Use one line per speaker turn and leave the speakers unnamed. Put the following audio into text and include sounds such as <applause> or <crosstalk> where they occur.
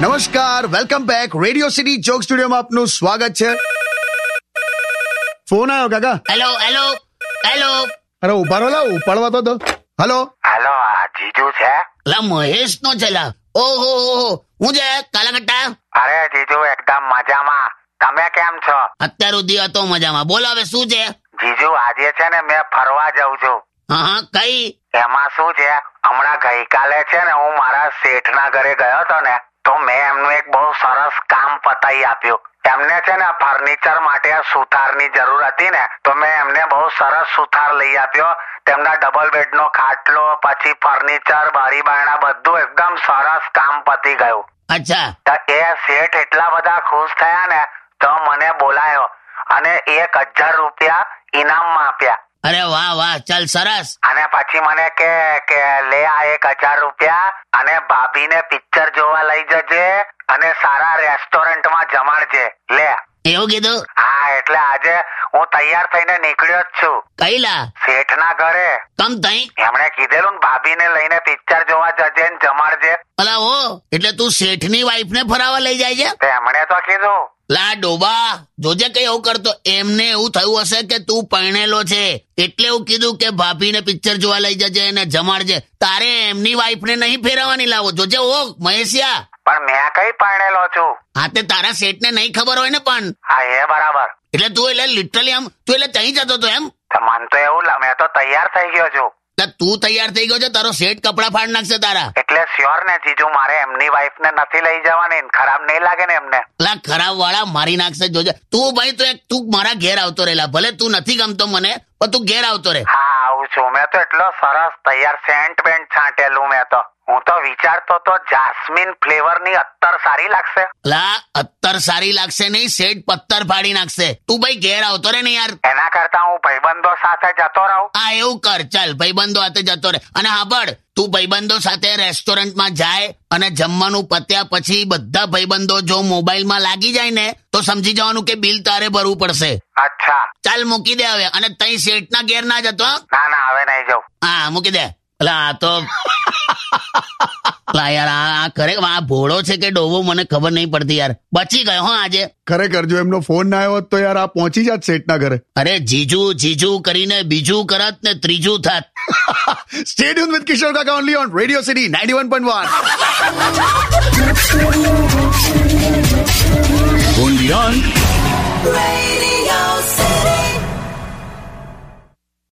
નમસ્કાર welcome back Radio City joke સ્ટુડિયોમાં આપનું સ્વાગત છે ફોન આવ્યો કાકા
હેલો હેલો હેલો
અરે ઉભા રહો લા ઉપાડવા તો દો હલો
હાલો આ જીજુ છે
લા મહેશ નો છે લા ઓહો ઓહો હું છે કાલાકટ્ટા
અરે જીજુ એકદમ મજામાં તમે કેમ છો
અત્યાર સુધી હતો મજામાં બોલ હવે શું છે
જીજુ આજે છે ને મેં ફરવા જઉં છું
હા હા કઈ
એમાં શું છે હમણાં ગઈકાલે છે ને હું મારા શેઠના ઘરે ગયો હતો ને તો મેં એમનું એક બહુ સરસ કામ પતાઈ આપ્યું એમને છે ને ફર્નિચર માટે સુથારની જરૂર હતી ને તો મેં એમને બહુ સરસ સુથાર લઈ આપ્યો તેમના ડબલ બેડનો ખાટલો પછી ફર્નિચર બારી બારણા બધું એકદમ સરસ કામ પતી ગયું
અચ્છા
તો એ શેઠ એટલા બધા ખુશ થયા ને તો મને બોલાયો અને એક હજાર રૂપિયા ઇનામમાં આપ્યા
અરે વાહ વાહ ચાલ સરસ
અને પછી મને કે કે લે આ એક હજાર રૂપિયા અને ભાભીને પિક્ચર જોવા લઈ જજે અને સારા રેસ્ટોરન્ટમાં જમાડજે લે
એવું કીધું
હા એટલે આજે હું તૈયાર થઈને નીકળ્યો જ છું
કઈ લા
શેઠના ઘરે
તમ તઈ
એમણે કીધેલું ને ભાભીને લઈને પિક્ચર જોવા જજે ને જમાડજે
અલા ઓ એટલે તું શેઠની વાઈફ ને ફરાવા લઈ જાય છે
તો એમણે તો કીધું
લા ડોબા જોજે કઈ એવું કરતો એમને એવું થયું હશે કે તું પરણેલો છે એટલે એવું કીધું કે ભાભીને પિક્ચર જોવા લઈ જજે અને જમાડજે તારે એમની વાઈફને નહીં ફેરવવાની લાવો જોજે ઓ મહેશિયા
પણ મેં કઈ પરણેલો છું
હા તે તારા શેઠને નહીં ખબર હોય ને પણ
હા એ બરાબર
એટલે તું એટલે લિટરલી આમ તું એટલે તઈ જતો હતો એમ
તો મન તો એવું લા- મેં તો તૈયાર થઈ ગયો છું
તો તું તૈયાર થઈ ગયો છે તારો શેઠ કપડા ફાડ નાખશે તારા
એટલે શ્યોર ને જીજુ મારે એમની વાઈફ ને નથી લઈ જવાની ને ખરાબ નહીં લાગે ને એમને
લા ખરાબ વાળા મારી નાખશે જોજે તું ભાઈ તું એક- તું મારા ઘેર આવતો રહેલા ભલે તું નથી ગમતો મને પણ તું ઘેર આવતો રહે
હા આવું છું મેં તો એટલો સરસ તૈયાર સેન્ટ બેન્ટ છાંટેલું મેં તો હું તો વિચારતો તો જાસ્મિન ફ્લેવર ની અત્તર સારી લાગશે
લા અત્તર સારી લાગશે નહીં શેઠ પત્તર ફાડી નાખશે તું ભાઈ ઘેર આવતો રે ને યાર
એના કરતા હું ભાઈબંધો સાથે જતો રહું
આ એવું કર ચાલ ભાઈબંધો સાથે જતો રહે અને હાબડ તું ભાઈબંધો સાથે રેસ્ટોરન્ટમાં જાય અને જમવાનું પત્યા પછી બધા ભાઈબંધો જો મોબાઈલમાં લાગી જાય ને તો સમજી જવાનું કે બિલ તારે ભરવું પડશે
અચ્છા
ચાલ મૂકી દે હવે અને તઈ શેઠના ઘેર ના જતો હં?
ના ના હવે નહીં જવું
હા મૂકી દે અલા આ તો અલા યાર આ આ ખરેખર આ ભોળો છે કે ડોવો મને ખબર નહીં પડતી યાર બચી ગયો હો આજે
ખરેખર જો એમનો ફોન ના આવ્યો હોત તો યાર આ પહોંચી જાત શેઠના ઘરે <laughs>
અરે જીજુ જીજુ કરીને બીજું કરત ને ત્રીજું થાત
સ્ટેડિયમ વિથ કિશોર કાકા only on Radio City ninety one point one
Radio